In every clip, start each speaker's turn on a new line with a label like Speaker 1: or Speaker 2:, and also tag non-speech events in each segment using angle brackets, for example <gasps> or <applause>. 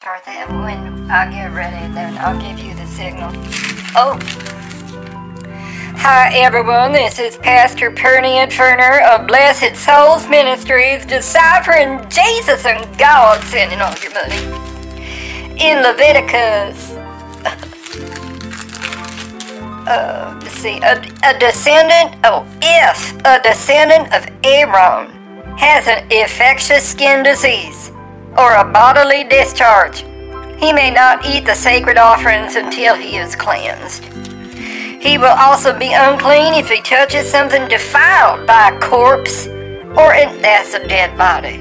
Speaker 1: for them when I get ready, then I'll give you the signal. Oh! Hi everyone, this is Pastor Pernia Turner of Blessed Souls Ministries, deciphering Jesus and God sending all your money. In Leviticus, <laughs> uh, let's see, a, a descendant, oh, if a descendant of Abram has an infectious skin disease or a bodily discharge, he may not eat the sacred offerings until he is cleansed. He will also be unclean if he touches something defiled by a corpse or an, that's a dead body.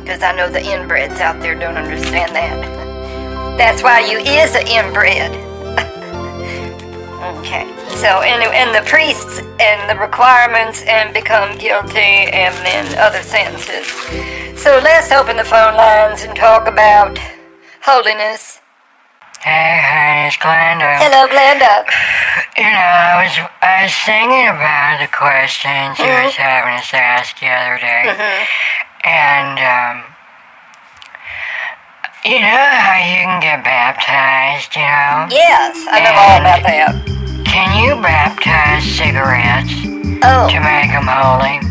Speaker 1: Because I know the inbreds out there don't understand that. <laughs> That's why you is an inbred. okay. So and, and the priests and the requirements and become guilty and then other sentences. So let's open the phone lines and talk about holiness.
Speaker 2: Hey, Heidi, it's Glenda.
Speaker 1: Hello, Glenda.
Speaker 2: You know, I was I was thinking about the questions you was
Speaker 1: Mm-hmm.
Speaker 2: having us ask the other day, and um, you know how you can get baptized. You know,
Speaker 1: Yes, I know all about that.
Speaker 2: can you baptize cigarettes
Speaker 1: Oh.
Speaker 2: to make them holy?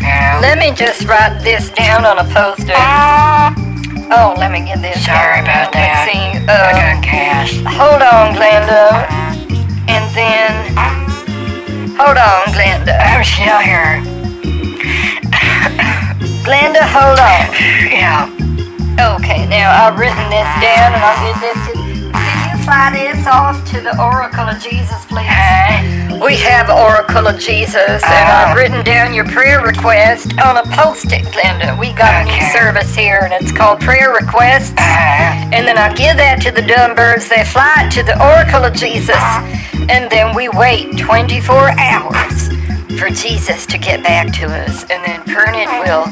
Speaker 2: You know?
Speaker 1: Let me just write this down on a poster. Oh, let me get this.
Speaker 2: Sorry
Speaker 1: down.
Speaker 2: about that.
Speaker 1: Let's see.
Speaker 2: I
Speaker 1: Uh,
Speaker 2: got gas.
Speaker 1: hold on, Glenda. And then. Hold on, Glenda.
Speaker 2: I'm still here.
Speaker 1: Glenda, hold on.
Speaker 2: Yeah.
Speaker 1: Okay, now I've written this down and I'll get this to. Can you fly this off to the Oracle of Jesus, please?
Speaker 2: Hey.
Speaker 1: We have Oracle of Jesus, and I've
Speaker 2: Oh.
Speaker 1: written down your prayer request on a post-it, Glenda. We got a new
Speaker 2: Okay.
Speaker 1: service here, and it's called Prayer Requests.
Speaker 2: Uh,
Speaker 1: And then I give that to the dumb birds. They fly it to the oracle of Jesus. And then we wait 24 hours for Jesus to get back to us. And then Pernod will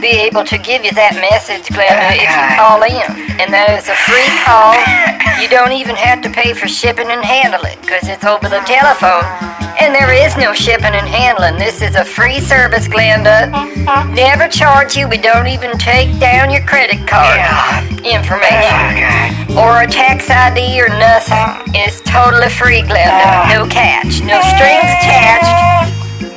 Speaker 1: be able to give you that message, Glenda, if you call in. And that is a free call. You don't even have to pay for shipping and handling because it's over the telephone. And there is no shipping and handling. This is a free service, Glenda. Never charge you. We don't even take down your credit card
Speaker 2: yeah.
Speaker 1: information
Speaker 2: Okay.
Speaker 1: or a tax ID or nothing. It's totally free, Glenda. No catch, no strings attached,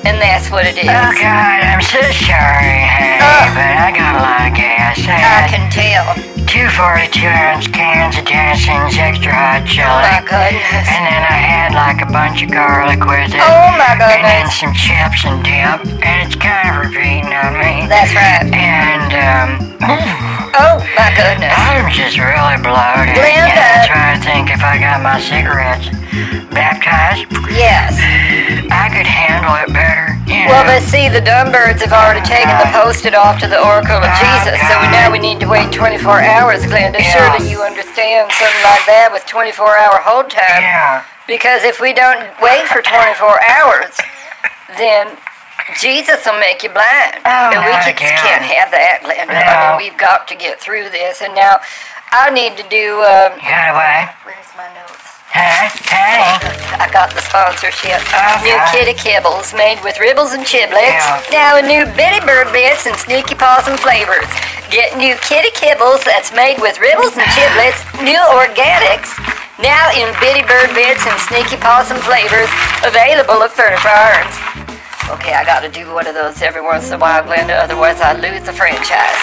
Speaker 1: and that's what it
Speaker 2: Oh
Speaker 1: is.
Speaker 2: God, I'm so sorry, hey,
Speaker 1: Ugh.
Speaker 2: but I got a lot of gas. I
Speaker 1: I
Speaker 2: had
Speaker 1: can tell.
Speaker 2: two 42 ounce cans of Tennesseen's extra hot
Speaker 1: My
Speaker 2: chili,
Speaker 1: goodness.
Speaker 2: and then I had like a bunch of garlic with it,
Speaker 1: Oh my
Speaker 2: and then
Speaker 1: goodness.
Speaker 2: some chips and dip, and it's kind of repeating on me.
Speaker 1: That's right.
Speaker 2: And um,
Speaker 1: Oh my goodness.
Speaker 2: I'm just really bloated.
Speaker 1: Glenda.
Speaker 2: Yeah, that's why I think if I got my cigarettes baptized,
Speaker 1: Yes.
Speaker 2: I could handle it better. You
Speaker 1: Well,
Speaker 2: know?
Speaker 1: but see, the dumb birds have already taken the post-it off to the Oracle of Jesus, so now we need to wait 24 hours, Glenda. Surely you understand something like that with 24-hour hold time.
Speaker 2: yeah.
Speaker 1: Because if we don't wait for 24 hours, then Jesus will make you blind.
Speaker 2: Oh,
Speaker 1: and we
Speaker 2: my
Speaker 1: just
Speaker 2: God.
Speaker 1: can't have that, Glenda. I
Speaker 2: No.
Speaker 1: mean, we've got to get through this. And now I need to do. Um,
Speaker 2: You got away?
Speaker 1: Where's my notes?
Speaker 2: Hey, hey.
Speaker 1: I got the sponsorship.
Speaker 2: Okay.
Speaker 1: New kitty kibbles made with ribbles and chiblets.
Speaker 2: Yeah.
Speaker 1: Now a new bitty bird bits and sneaky possum flavors. Get new kitty kibbles that's made with ribbles and chiblets. New organics. Now in bitty bird bits and sneaky possum flavors. Available at Furniture Farms. Okay, I gotta do one of those every once in a while, Glenda. Otherwise, I lose the franchise.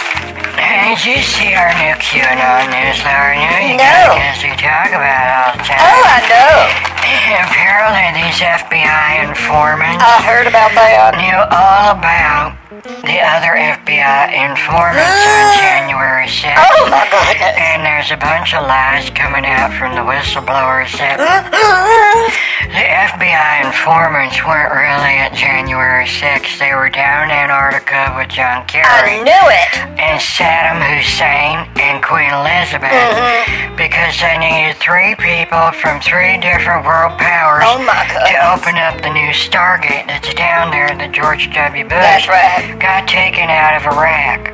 Speaker 2: Hey, did you see our new QAnon newsletter?
Speaker 1: No.
Speaker 2: You guys we talk about it all the
Speaker 1: Oh,
Speaker 2: time.
Speaker 1: I know.
Speaker 2: Apparently, these FBI informants
Speaker 1: I heard about that.
Speaker 2: knew all about the other FBI informants
Speaker 1: <gasps>
Speaker 2: on January 6th.
Speaker 1: Oh my goodness.
Speaker 2: <laughs> And there's a bunch of lies coming out from the whistleblowers that the FBI informants weren't really at January 6th. They were down in Antarctica with John
Speaker 1: I
Speaker 2: Kerry.
Speaker 1: knew it.
Speaker 2: and Saddam Hussein and Queen Elizabeth
Speaker 1: Uh-huh.
Speaker 2: because they needed three people from three different world powers
Speaker 1: Oh my
Speaker 2: to
Speaker 1: goodness.
Speaker 2: open up the new Stargate that's down there that George W. Bush
Speaker 1: That's right.
Speaker 2: got taken out of Iraq.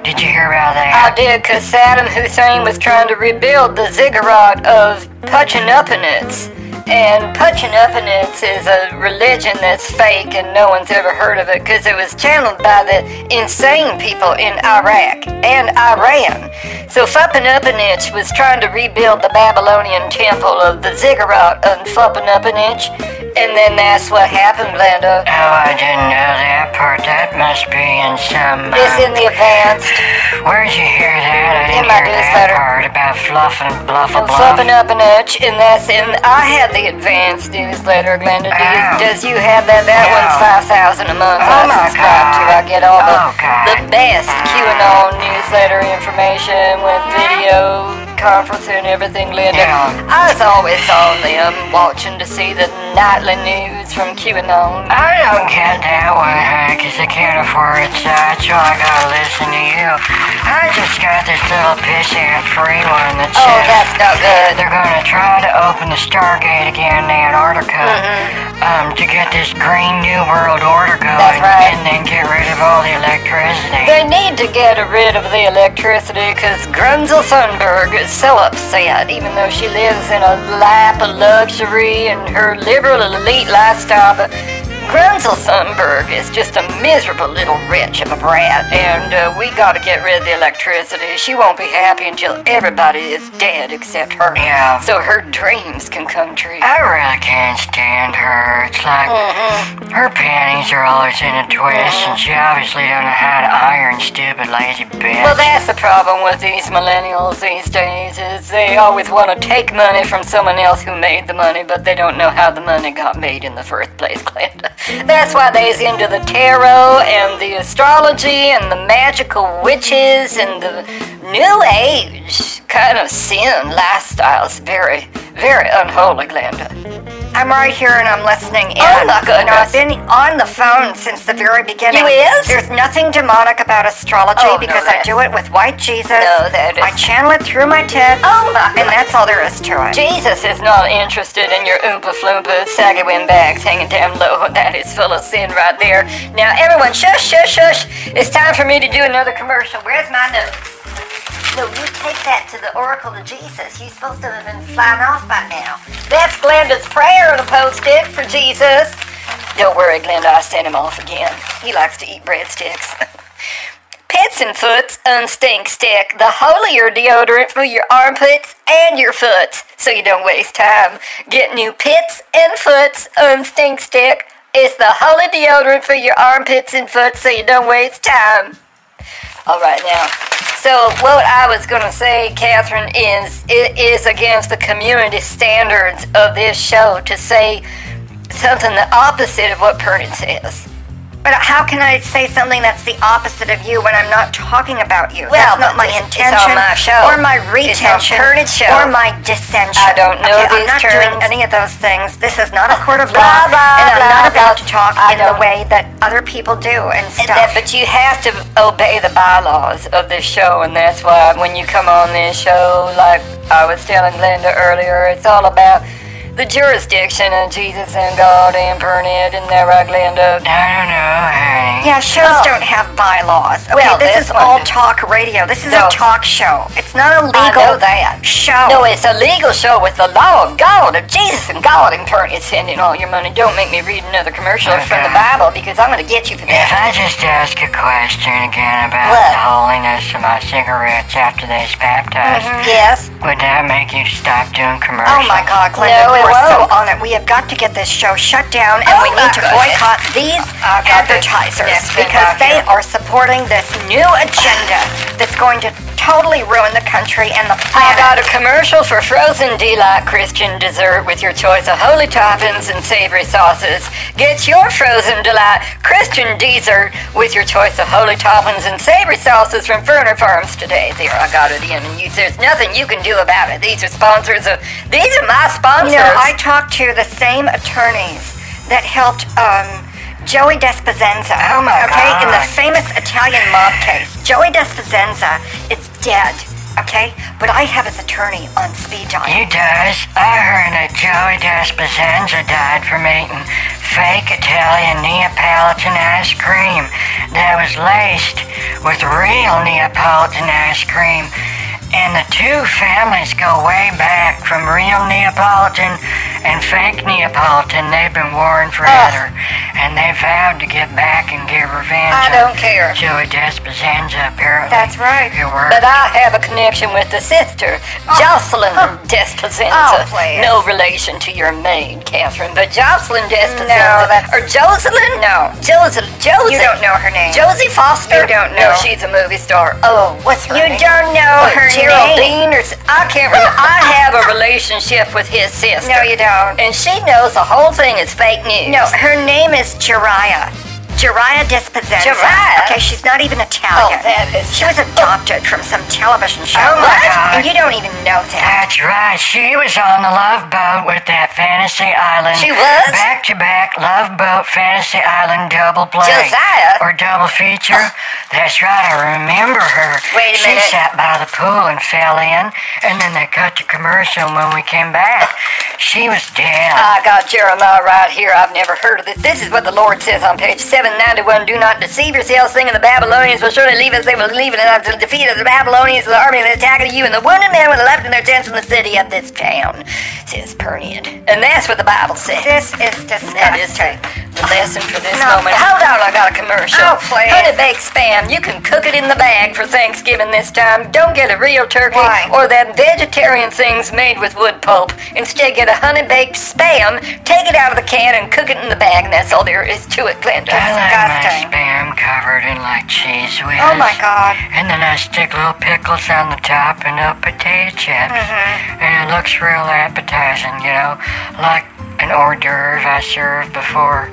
Speaker 2: Did you hear about
Speaker 1: I
Speaker 2: that?
Speaker 1: did, because Saddam Hussein was trying to rebuild the ziggurat of Putchinupinets And punching up in it is a religion that's fake and no one's ever heard of it because it was channeled by the insane people in Iraq and Iran. So Fuppanupinich was trying to rebuild the Babylonian temple of the ziggurat on Fuppanupinich, and then that's what happened, Lando.
Speaker 2: Oh, I didn't know that part. That must be in some.
Speaker 1: It's
Speaker 2: um,
Speaker 1: in the advanced.
Speaker 2: Where'd you hear that? I
Speaker 1: In
Speaker 2: didn't
Speaker 1: my
Speaker 2: hear that
Speaker 1: newsletter.
Speaker 2: part about fluff and bluff
Speaker 1: I'm
Speaker 2: and bluff.
Speaker 1: flipping up an itch, and that's in. I had the advanced newsletter, Glenda. Do you,
Speaker 2: Ow.
Speaker 1: does you have that? That
Speaker 2: No.
Speaker 1: one's five thousand a month.
Speaker 2: Oh,
Speaker 1: I
Speaker 2: my
Speaker 1: subscribe to. I get all the
Speaker 2: Oh, God.
Speaker 1: the best QAnon newsletter information with video conference and everything, Linda.
Speaker 2: Yeah.
Speaker 1: I was always on them, watching to see the nightly news from QAnon.
Speaker 2: I don't get that one, huh? 'cause I can't afford it, so that's why I gotta listen to you. I just got this little pissant free one that
Speaker 1: Oh,
Speaker 2: says
Speaker 1: that's not good.
Speaker 2: they're gonna try to open the Stargate again in Antarctica um, to get this green new world order going
Speaker 1: That's right.
Speaker 2: and then get rid of all the electricity.
Speaker 1: They need to get rid of the electricity because Grunzel Sundberg is so upset, even though she lives in a lap of luxury and her liberal elite lifestyle. But Grunzel Sundberg is just a miserable little wretch of a brat, and uh, we gotta get rid of the electricity. She won't be happy until everybody is dead except her.
Speaker 2: Yeah.
Speaker 1: So her dreams can come true.
Speaker 2: I really can't stand her. It's like her panties are always in a twist, and she obviously don't know how to iron, stupid lazy bitch.
Speaker 1: Well, that's the problem with these millennials these days is they always want to take money from someone else who made the money, but they don't know how the money got made in the first place, Glenda. <laughs> That's why they's into the tarot and the astrology and the magical witches and the new age kind of sin lifestyles. Very, very unholy, Glenda.
Speaker 3: I'm right here and I'm listening in.
Speaker 1: Oh, my goodness.
Speaker 3: You know, I've been on the phone since the very beginning.
Speaker 1: You is?
Speaker 3: There's nothing demonic about astrology
Speaker 1: Oh, no,
Speaker 3: because I
Speaker 1: that's-
Speaker 3: do it with white Jesus.
Speaker 1: No, that is-
Speaker 3: I channel it through my tits.
Speaker 1: Oh, my
Speaker 3: And that's all there is to it.
Speaker 1: Jesus is not interested in your oompa floompa saggy wind bags hanging down low. That is full of sin right there. Now, everyone, shush, shush, shush. It's time for me to do another commercial. Where's my notes?
Speaker 3: no, you take that to the Oracle of Jesus. You're supposed to have been flying off by now.
Speaker 1: That's Glenda's prayer on a post-it for Jesus. Don't worry, Glenda, I sent him off again. He likes to eat breadsticks. <laughs> Pets and Foots Unstink Stick, the holier deodorant for your armpits and your foots, so you don't waste time. Get new Pits and Foots Unstink Stick. It's the holy deodorant for your armpits and foots, so you don't waste time. All right now. So what I was gonna say, Catherine, is it is against the community standards of this show to say something the opposite of what Pernin says.
Speaker 3: But how can I say something that's the opposite of you when I'm not talking about you?
Speaker 1: Well,
Speaker 3: that's not my
Speaker 1: it's- it's on
Speaker 3: intention
Speaker 1: my show.
Speaker 3: or my
Speaker 1: It's on
Speaker 3: retention
Speaker 1: Pernod's show.
Speaker 3: or my dissension.
Speaker 1: I don't know
Speaker 3: okay,
Speaker 1: these
Speaker 3: I'm not
Speaker 1: terms.
Speaker 3: doing any of those things. This is not a court of law,
Speaker 1: <laughs> Blah, blah,
Speaker 3: and I'm
Speaker 1: blah,
Speaker 3: not about
Speaker 1: blah.
Speaker 3: to talk
Speaker 1: I
Speaker 3: in the
Speaker 1: don't-
Speaker 3: way that other people do and
Speaker 1: And uh,
Speaker 3: stuff.
Speaker 1: that- but you have to obey the bylaws of this show, and that's why when you come on this show, like I was telling Glenda earlier, it's all about the jurisdiction of Jesus and God and Pernin, and that right, Glenda?
Speaker 2: I don't know, honey.
Speaker 3: yeah, shows
Speaker 1: Oh.
Speaker 3: don't have bylaws. Okay,
Speaker 1: Well,
Speaker 3: this,
Speaker 1: this
Speaker 3: is
Speaker 1: one
Speaker 3: all
Speaker 1: did.
Speaker 3: talk radio. This is
Speaker 1: No.
Speaker 3: a talk show. It's not a
Speaker 1: I
Speaker 3: legal
Speaker 1: know that.
Speaker 3: show.
Speaker 1: No, it's a legal show with the law of God, of Jesus and God, and per- it's sending all your money. Don't make me read another commercial from the Bible because I'm going to get you for
Speaker 2: If
Speaker 1: that.
Speaker 2: I just ask a question again about
Speaker 1: What?
Speaker 2: the holiness of my cigarettes after they're baptized,
Speaker 1: Yes.
Speaker 2: would that make you stop doing
Speaker 3: Mm-hmm. Oh
Speaker 2: commercials?
Speaker 3: my God, Glenda,
Speaker 1: No, it
Speaker 3: you are so
Speaker 1: won't.
Speaker 3: on it. We have got to get this show shut down, and
Speaker 1: Oh,
Speaker 3: we need
Speaker 1: my
Speaker 3: to
Speaker 1: goodness. Uh,
Speaker 3: boycott these
Speaker 1: I've got this
Speaker 3: advertisers
Speaker 1: next thing
Speaker 3: because
Speaker 1: out
Speaker 3: they
Speaker 1: here.
Speaker 3: are supporting this new agenda that's going to totally ruin the country and the
Speaker 1: I
Speaker 3: planet.
Speaker 1: got a commercial for frozen delight Christian dessert with your choice of holy toppings and savory sauces. Get your frozen delight Christian dessert with your choice of holy toppings and savory sauces from Furner Farms today. There, I got it in, and you, there's nothing you can do about it. These are sponsors of. These are my sponsors.
Speaker 3: You know, I talked to the same attorneys that helped um, Joey Desposenza.
Speaker 2: Oh, my
Speaker 3: Okay, in the
Speaker 2: God.
Speaker 3: famous Italian mob case, Joey Desposenza is dead. Okay, but I have his attorney on speed dial.
Speaker 2: You does? I heard that Joey Desposenza died from eating fake Italian Neapolitan ice cream that was laced with real Neapolitan ice cream. And the two families go way back from real Neapolitan and fake Neapolitan, they've been warring forever, and they vowed to get back and get revenge.
Speaker 1: Ah. I
Speaker 2: on
Speaker 1: don't care.
Speaker 2: Joey Desposanza, apparently.
Speaker 3: That's right.
Speaker 2: It worked.
Speaker 1: But I have a connection with the sister, Jocelyn Desposenza.
Speaker 3: Oh, please.
Speaker 1: no relation to your maid, Catherine, but Jocelyn Desposenza.
Speaker 3: No, that's-
Speaker 1: Or Jocelyn?
Speaker 3: No.
Speaker 1: Jocelyn. Josie.
Speaker 3: You don't know her name.
Speaker 1: Josie Foster?
Speaker 3: You don't
Speaker 1: No,
Speaker 3: know.
Speaker 1: she's a movie star. Oh, what's her
Speaker 3: You
Speaker 1: name?
Speaker 3: don't know
Speaker 1: What,
Speaker 3: her name.
Speaker 1: Geraldine or s- I can't
Speaker 3: <laughs>
Speaker 1: remember. I have a relationship with his sister.
Speaker 3: No, you don't.
Speaker 1: And she knows the whole thing is fake news.
Speaker 3: No, her name is Jiraiya. Jiraiya Desposenza.
Speaker 1: Jiraiya?
Speaker 3: Okay, she's not even Italian.
Speaker 1: Oh, that is-
Speaker 3: She was adopted from some television show.
Speaker 2: Oh, my God.
Speaker 3: And you don't even know that.
Speaker 2: That's right. She was on the Love Boat with that Fantasy Island.
Speaker 1: She was?
Speaker 2: Back to back Love Boat Fantasy Island double play.
Speaker 1: Josiah?
Speaker 2: Or double feature. That's right. I remember her.
Speaker 1: Wait a
Speaker 2: she
Speaker 1: minute.
Speaker 2: sat by the pool and fell in, and then they cut the commercial when we came back. She was dead.
Speaker 1: I got Jeremiah right here. I've never heard of this. This is what the Lord says on page 791. Do not deceive yourselves, thinking the Babylonians will surely leave us. They will leave it and the defeat of the Babylonians, the army that attacked you, and the wounded men were left in their tents in the city of this town, says Pernian. And that's what the Bible says.
Speaker 3: This is
Speaker 1: That is
Speaker 3: disgusting.
Speaker 1: the lesson for this
Speaker 3: No.
Speaker 1: moment. Hold on, I got a commercial.
Speaker 3: Oh, please.
Speaker 1: Honey baked spam. You can cook it in the bag for Thanksgiving this time. Don't get a real turkey
Speaker 3: Why?
Speaker 1: or them vegetarian things made with wood pulp. Instead, get a honey baked spam, take it out of the can, and cook it in the bag, and that's all there is to it, Glenda.
Speaker 2: I like
Speaker 3: disgusting.
Speaker 2: my spam covered in like cheese whiz.
Speaker 3: Oh my god.
Speaker 2: And then I stick little pickles on the top and little potato chips. And it looks real appetizing, you know, like an hors d'oeuvre I serve before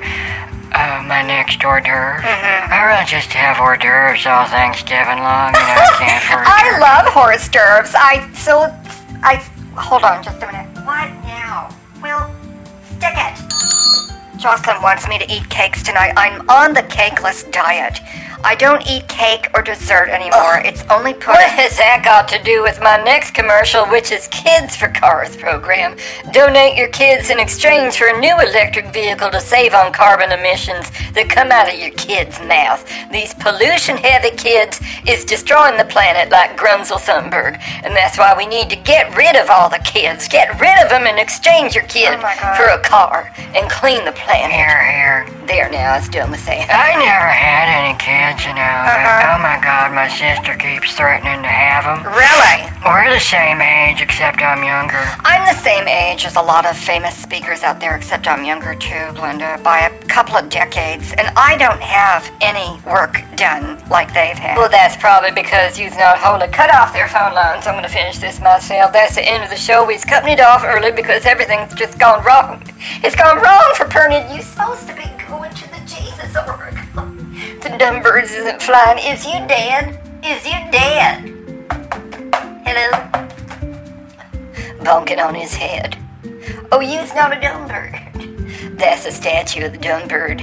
Speaker 2: uh, my next hors d'oeuvre. I really just have hors d'oeuvres all Thanksgiving long, you know, I can't for
Speaker 3: I love horse derves. I so I hold on just a minute. What now? Well, stick it. Jocelyn wants me to eat cakes tonight. I'm on the cakeless diet. I don't eat cake or dessert anymore. It's only
Speaker 1: What
Speaker 3: pudding.
Speaker 1: has that got to do with my next commercial, which is Kids for Cars program? Donate your kids in exchange for a new electric vehicle to save on carbon emissions that come out of your kids' mouth. These pollution-heavy kids is destroying the planet like Grunzel Thunberg, and that's why we need to get rid of all the kids. Get rid of them and exchange your kid
Speaker 3: Oh, my God.
Speaker 1: for a car and clean the planet.
Speaker 2: Here, here.
Speaker 1: There now, it's done with that.
Speaker 2: I never had any kids, you know. But, oh my god, my sister keeps threatening to have them.
Speaker 3: Really?
Speaker 2: We're the same age, except I'm younger.
Speaker 3: I'm the same age as a lot of famous speakers out there, except I'm younger too, Glenda, by a couple of decades, and I don't have any work done like they've had.
Speaker 1: Well, that's probably because you've not wholly cut off their phone lines. I'm going to finish this myself. That's the end of the show. We've cut it off early because everything's just gone wrong. It's gone wrong for Pernod. You're supposed to be going to the Jesus Oracle. <laughs> The dumb birds isn't flying. Is you dead? Is you dead? Hello? Bonking on his head. Oh, you's not a dumb bird. That's a statue of the dumb bird.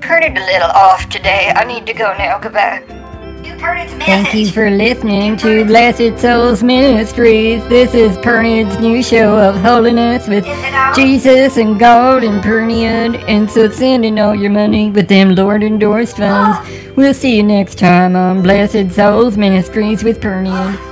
Speaker 1: Pernod a little off today. I need to go now. Goodbye.
Speaker 3: You heard its
Speaker 1: Thank you for listening to Blessed Souls Ministries. This is Pernod's new show of holiness with Jesus and God and Pernod. And so send in all your money with them Lord endorsed funds. We'll see you next time on Blessed Souls Ministries with Pernod.